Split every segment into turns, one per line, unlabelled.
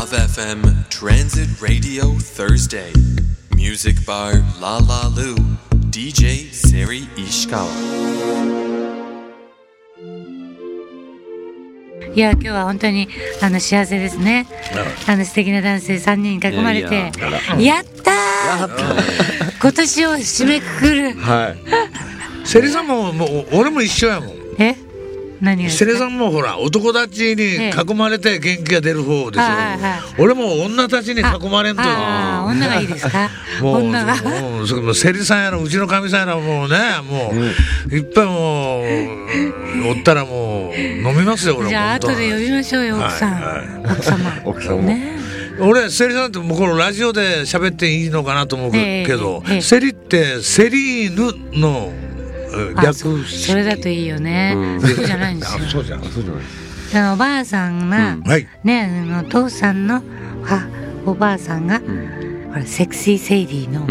FM Transit Radio Thursday. Music Bar La La Lu. DJ Seri Ishikawa.
いや今日は本当にあの幸せですね。あの素敵な男性3人に囲まれて
い
や
や
ったー。今年を締めくくる。
はい。セリさんも、もう、俺も一緒やもん。
え何がです
セ
か
リさんもほら、男たちに囲まれて元気が出る方でしょ
はいはいはい。
俺も女たちに囲まれんと。
ああ女がいいですか
もう、
女が
もう、それもセリさんやら、うちのかみさんやら、もうね、もう、いっぱいもう、おったらもう、飲みますよ、俺
じゃあ
本当
後で呼びましょうよ奥さん、
はい
奥様
奥さんも
ね
俺、セリさんって、もうこのラジオで喋っていいのかなと思うけど
ええええ、
セリって、セリーヌのえ
あそ
略
それだといいよね、そうじゃないんですよ
そうじゃん。
そうじゃない
あのおばあさんが、
はい。
ねあのお父さんのはおばあさんが、ほらセクシーセイディの、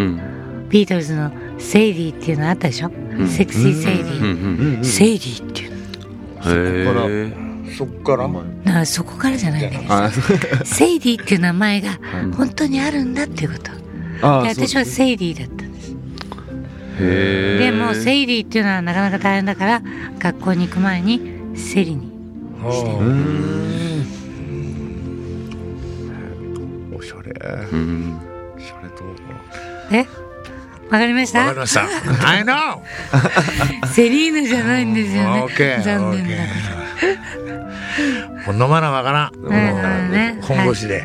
ビートルズのセイディっていうのあったでしょ、セクシーセイディ、セイディっていうの
そっから
だからそこからじゃないんだけど
あそう
セイディっていう名前が本当にあるんだっていうこと、
あ
で
そう
私はセイディだったんです
へ
でもセイディっていうのはなかなか大変だから学校に行く前にセリに
ーおしゃれうんおしゃれと思う
えわかりました
わかり ました。I know!
セリーヌじゃないんですよね
OK
残念 ながら
もう飲まなわからん。もう
うんね
本腰で。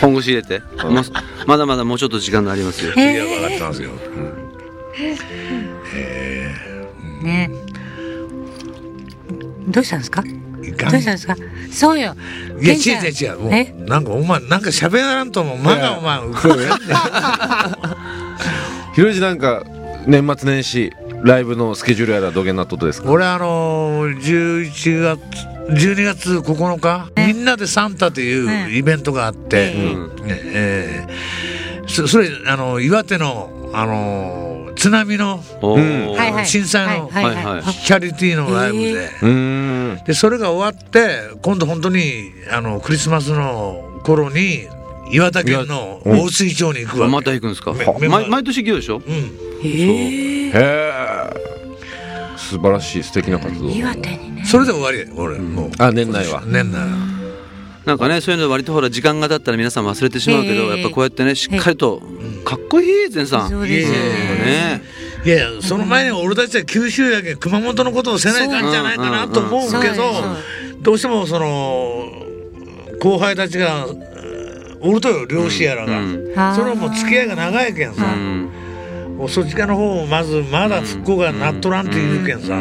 本腰入れてもうまだまだもうちょっと時間がありますよ
いや、
え
分かってますよ。
ー、ねどうしたんですか
い
ど
か。
うんしたん
い
ですかそうよ
や、
ケ
違
ンちゃん
う違う違う。も
え
う、なんかお前、なんか喋らんとも、まだお 前、
ひろじなんか年末年始ライブのスケジュールやらどげんなっととですか
俺あのー、11月、12月9日、みんなでサンタと
ええ
いうイベントがあって、
え
ねえーそそれ、あの、岩手の、あのー、津波の、
おー
はいはい
震災の
はいはいはい、
はいはい
チャリティーのライブで、
え
うーん
でそれが終わって今度本当にあのクリスマスの頃に岩手県の大水町に行くわけ、
また行くんですか
めめ
毎毎年行くでしょ
うん、
え
へえ素晴らしい素敵な活動
ー、岩手にね
それで終わり俺、もう
あ年内は
年内は
なんかねそういうの割とほら時間が経ったら皆さん忘れてしまうけど
ええ
やっぱこうやってねしっかりとかっこいい前さん
そう
ね
ですよ
いえ
ね
いやいやその前に俺たちは九州やけん熊本のことをせないかんじゃないかなと思うけ
そう
ど
そう
どうしてもその後輩たちがえーおるとよ漁師やらが、
うん
あー
それはもう付き合いが長いけんさ、
うん
もうそっちかの方をまずまだ復興がなっとらんっていうけんさ、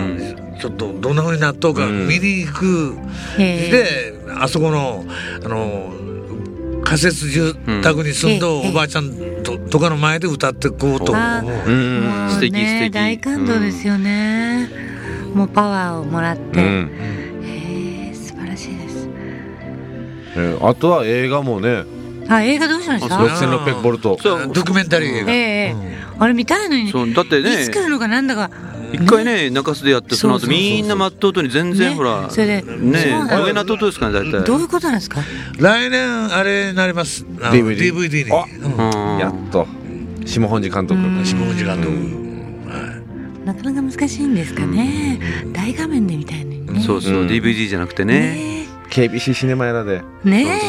ちょっとどんなふうになっとうか見に行く、
へえ
であそこのあの仮設住宅に住ん
う
ど
んええ
おばあちゃんと,、とかの前で歌ってこうと思う
あー
う
も
ん
う
素敵素
ね
敵
大感動ですよね、もうパワーをもらっ
う
て、
ん
えー、素晴らしいです
えーあとは映画もね
あ映画どうしました
あそう
6600ボルト
そう
ドキュメンタリー映画、
ええあれ見たいのに
そうだってね
いつ来るのかなんだか
一回ね中洲でやってその後
そうそうそうそう
みんな真っ当とに全然
ね
ほら
それで
ね
そうなんだ
どげなっとうとですかね大体
どういうことなんですか
来年あれになりますあの
DVD
DVD に
あ
うん
うん
やっと下本寺監督
下本時間と
なかなか難しいんですかね、大画面で見たいのにね
そうそう
うん
DVD じゃなくてね
ね
KBC シネマやらで
えね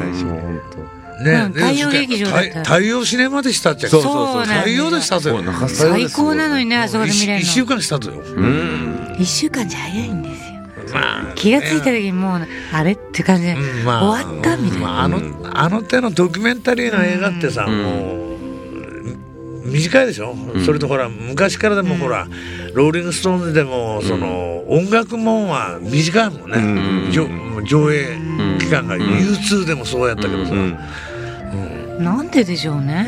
年内
え
下本当
ね
うん太陽劇場だった
太太陽シネマでしたっちゃ
そう
そうなんだ
太陽でしたとよ
そう中洲
最高なのにねあそこで見れるの
1週間したとよ
うん
一週間じゃ早いんですよ
まあ
気がついた時にもうあれって感じで、
うんまあ、
終わったみたいな、
まあ、あのあの手のドキュメンタリーの映画ってさ、もうみ短いでしょ、それとほら昔からでもほら、ローリング・ストーンズでもその、音楽もんは短いもんね、じょ上映期間が、U2 でもそうやったけどさ、
うん
なんででしょうね、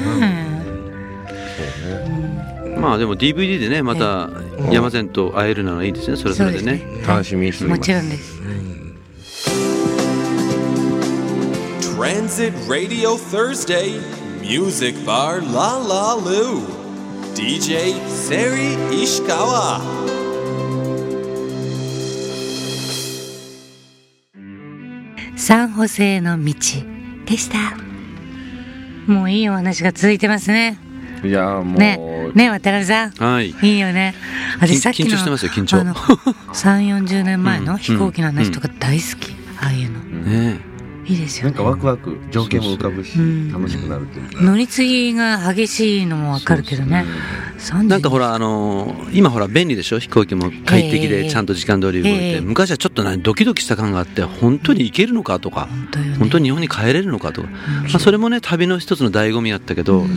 まあでも DVD でねまた山善と会えるならいいですねそれはそれでね
楽しみにしており
も
ま
ち
す
ろんです。
Transit Radio Thursday. Music Bar La La Lu. DJ Seri Ishikawa.
サンホセの道でしたもういいお話が続いてますね
いやーもう、
ねね渡辺さん
はい
いいよね
緊
私さっきの
緊張してますよ緊張
あの3四4 0年前
う
の
ん
飛行機の話とか大好き、ああいうの
ね
いいです
な
よ
ん
ね
かワクワク条件も浮かぶし
うん
楽しくなるというか
乗り継ぎが激しいのもわかるけどね30
なんかほらあのー今ほら便利でしょ飛行機も快適
ええ
でちゃんと時間通り動いて、
ええ
昔はちょっと何ドキドキした感があって本当に行けるのかとか、
本当よね
本当に日本に帰れるのかとか、まあ、それもね旅の一つの醍醐味やったけど、ま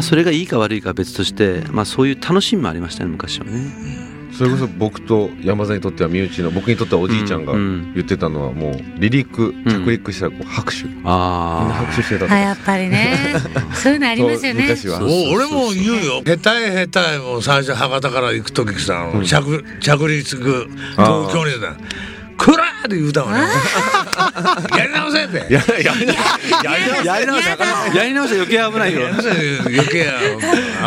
あ、それがいいか悪いかは別として、まあ、そういう楽しみもありましたね昔はね
それこそ僕と山田にとっては身内の僕にとってはおじいちゃんが
うんうん
言ってたのはもう離陸着陸したらこう拍手、みんな
あ
拍手してたと
あやっぱり ねそういうのありますよね
昔は
そうそう
お俺も言うよ下手へ下手へもう最初博多から行く時さあの着着陸東京にさ「くら!」って言うたもんねやり直せって
やややりやり
あやり直したやり直したら余計危ないよ
やり直せ余計や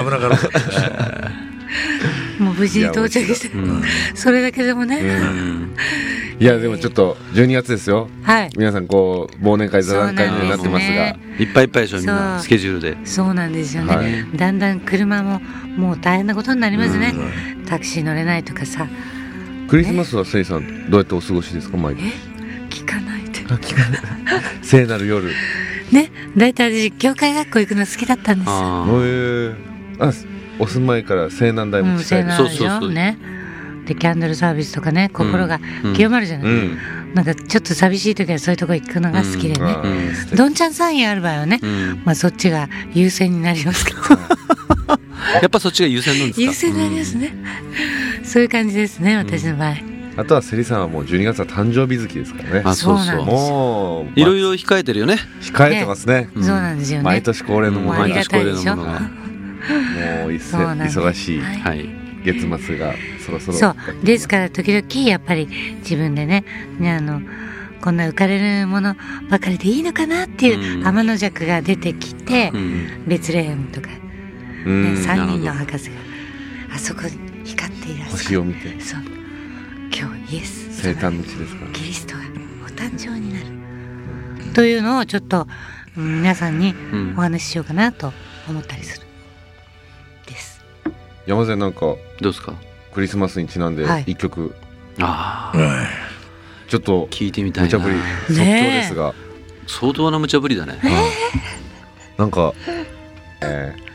危なかった
もう無事に到着して、それだけでもね、
いやでもちょっと12月ですよ
はい
皆さんこう忘年会座談会になってます
そうなん
が
で
いっぱいいっぱいでしょみんな
そう
スケジュールで
そうなんですよね、
はい
だんだん車ももう大変なことになりますね、タクシー乗れないとかさ
クリスマスはせいさんどうやってお過ごしですか毎日
聞かないで
聖なる夜へ
ね大体私教会学校行くの好きだったんですよ
あー
えあお住まいから西南大
う
も
ん、
近
せ
い
ー
で
の
す
そ
で
う
し
そうそう
ょねでキャンドルサービスとかね心が
うん
清まるじゃない、
うん
なんかちょっと寂しい時はそういうとこ行くのが好きでね
あ、ー素敵
どんちゃんサインある場合はね、
うん
まあそっちが優先になりますけど
やっぱそっちが優先なんですか
優先になりますね、そういう感じですね私の場合、
あとはセリさんはもう12月は誕生日月ですからね
あそう
そうな
そ
んで
う
す
もう
いろいろ控えてるよね
控えてますね
そうなんですよね
毎年恒例のも
もう
の
あ
に
り
も
がたいでしょ
毎年恒例のものが
う一
そ
斉
うなんです
忙しい
はい
はい
月末がそろそろ
そうですから時々やっぱり自分でねねあのこんな浮かれるものばかりでいいのかなっていううん天の弱が出てきて、
うん
別レームとか、ね、
うん
3人の
なる
博士があそこに光っていらっし
星
ゃ
を
る
見て
そう今日イエス
生誕の地ですから
キリストがお誕生になるというのをちょっとうん皆さんに
ん
お話ししようかなと思ったりするです。
山瀬なんか
どうですか
クリスマスにちなんで
はい
一曲
ああ
ちょっと
聞いてみた
無
いな
茶ぶり即興
ねえ
ですが
相当な無茶ぶりだね
なんかえー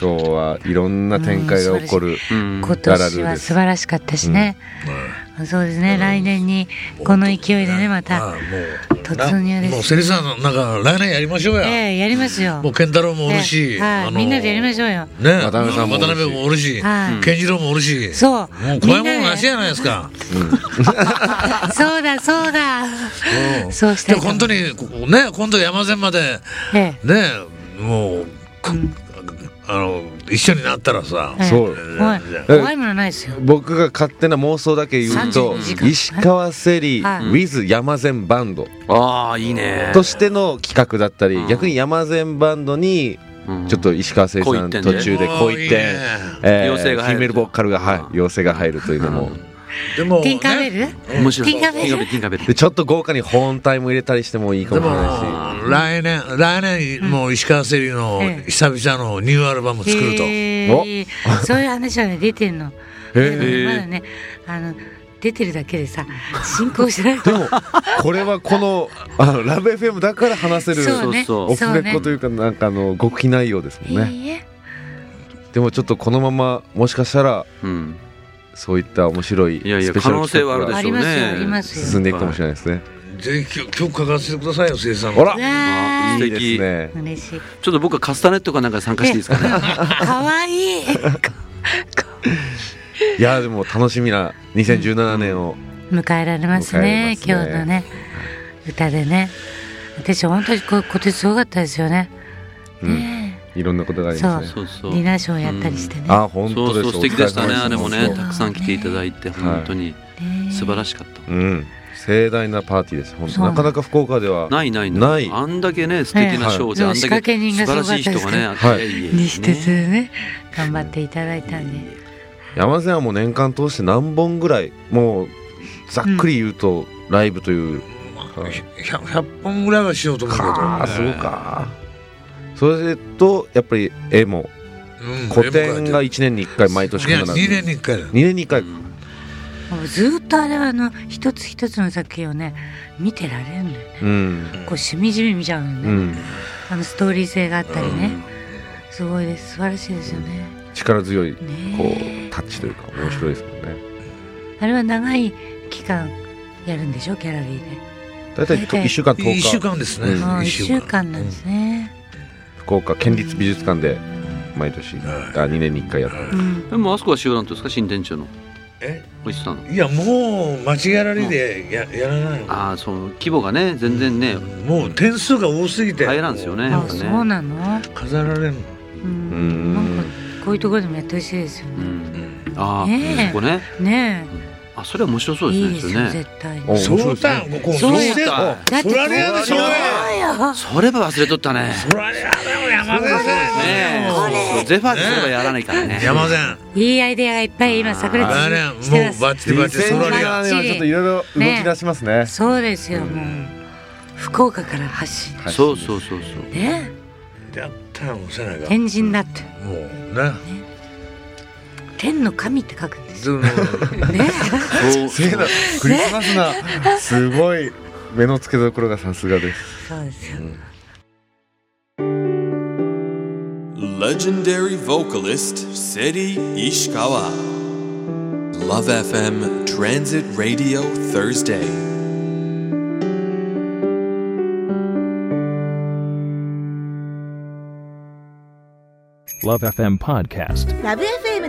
今日はいろんな展開が起こる
うん
今
ララルーです
年は素晴らしかったしね、そうですね、来年にこの勢いでねま
ああ
た
も
突入
う
で
もう
す。
セリさんなんか来年やりましょうや、
ええやりますよ。
もう健太郎もおるし、
ええはい、
あのー
みんなでやりましょうよ。
ね
渡辺さんもおるし
渡辺もおるし、
はい
健次郎もおるし
そう、
もう
み
怖い
んな
もん
で
なしやないですか
そうだそうだ。
うん
そうしたい
で
と思う
本当にここね今度山線まで
ええ
ねもうくあの一緒になったらさ、
ええ
そう
怖い怖いものないですよ。
僕が勝手な妄想だけ言うと
32時間
石川セリ
はい
with 山善バンド
ああいいね
としての企画だったり
ん
逆に山善バンドに
うん
ちょっと石川聖さん
こう言ってん
途
ね
中でこう言
お
って
ーいいね
えー
妖精が入
フィ
る
メールボーカルがはい
うん
妖精が入るというのも
でも、ね、
ティンカーベル？
面白い
ティンカーベル
ティンカーベル
でちょっと豪華に本体も入れたりしてもいいか
で
も
も
しれない
来
し
年来年もう石川セリの
ええ
久々のニューアルバム作ると、
へーそういう話はね出てんの。でもねまだねあの出てるだけでさ進行してない。
でもこれはこのあのラブ FM だから話せる
そうね。
そう
オフレ
ね
コというかなんかあの極秘内容ですもんね
いいえ
でもちょっとこのままもしかしたら
うん
そういった面白いス
いやいや
ペシャル企画
可能性は
が
あ
あ
るで
り
しょうね
ますよありますよ。
進んでいくかもしれないですね
ぜひ曲曲書かせてくださいよ生産
ほら
うわ
あい
い
い
い
で
ですすね
ー嬉しい。
ちょっと僕はカスタネットかなんか参加していいですかね
可愛いい。
いやでも楽しみな2017年を
迎えられますね今
迎えられますね
日のね歌でね私本当にこ今年すごかったですよね、
うん
ね
いろんなことがありますね
そうそ
え
う
ディナーショーやったりしてね、
あ本
そ
当で
う
す
そう素敵でしたね
お疲
あ
れ
れ
様
も
で
ね
す
たくさん来ていただいて本当に素晴らしかった
うん盛大なパーティーです本
そ
当
う
なかなか福岡では
ないない
ない
あんだけね素敵なショーで
ええ
あ
そう
ん
仕
だ
掛け
け
人が
素晴らしい人がね
かったで
いえいえ
にして
ね
ね頑張っていただいたんで、
山瀬はもう年間通して何本ぐらいもうざっくり言うとライブという
100, 100本ぐらいはしようと思うけど、
かあすごかそれとやっぱり絵も
うん
古典が1年に1回毎年
いや
必
2
ず
年に1回だ
2年に1回か
もうずーっとあれはあの一つ一つの作品をね見てられるんだよね
うん
こうしみじみ見ちゃうの
う
ね、
ん
あのストーリー性があったりね、すごいです素晴らしいですよね
力強いこ
ね
うタッチというか面白いですもんね
あれは長い期間やるんでしょギャラリーで
大体1週間10
1週
日
間ですね、
うん
ああ
一
1週間なんですね、
福岡県立美術館で毎年
はい
あ2年に1回やってる
うん
でもあそこは塩なんですか新天地の
え
おじさんの
いやもう街ギャラリーでや,、やらないのか
ああその規模がね全然ね
もう点数が多すぎて
大変なんですよね
あ
やっぱ
そうなの、
飾られるの
うん
ん
なんかこういうところでもやってほしいですよ
う
ね、
んああ、
ねえ
そこね
ね
あそれは面白
え
そうです
いいです
ねそれ
よ
ね
絶対に
お
ソータンここ
そう
ソ
よ
ーセ
だ
ーソラリアでし
そ
ょ
う
う
よ
よ
それは忘れとったね
ソラリアだよ山善
ねえそうそうゼファーズすればやらないからね
山善
いいアイデアがいっぱい今炸裂
あれ
しして
も
ま
う
す
バッチリバッチリソラリア
2017年はちょっといろいろ動き出しますね
そうですよ、もう福岡から発信
はい
そうそうそうそう
ね
やったらもうせないか
天神だって
もうね
天の神って書くんです
ずっと
ね
せーなクリスマスなすごい目の付けどころがさすがです
そうですよ
Legendary vocalist Seri Ishikawa. Love FM Transit Radio Thursday.
Love FM Podcast.
ラブ f m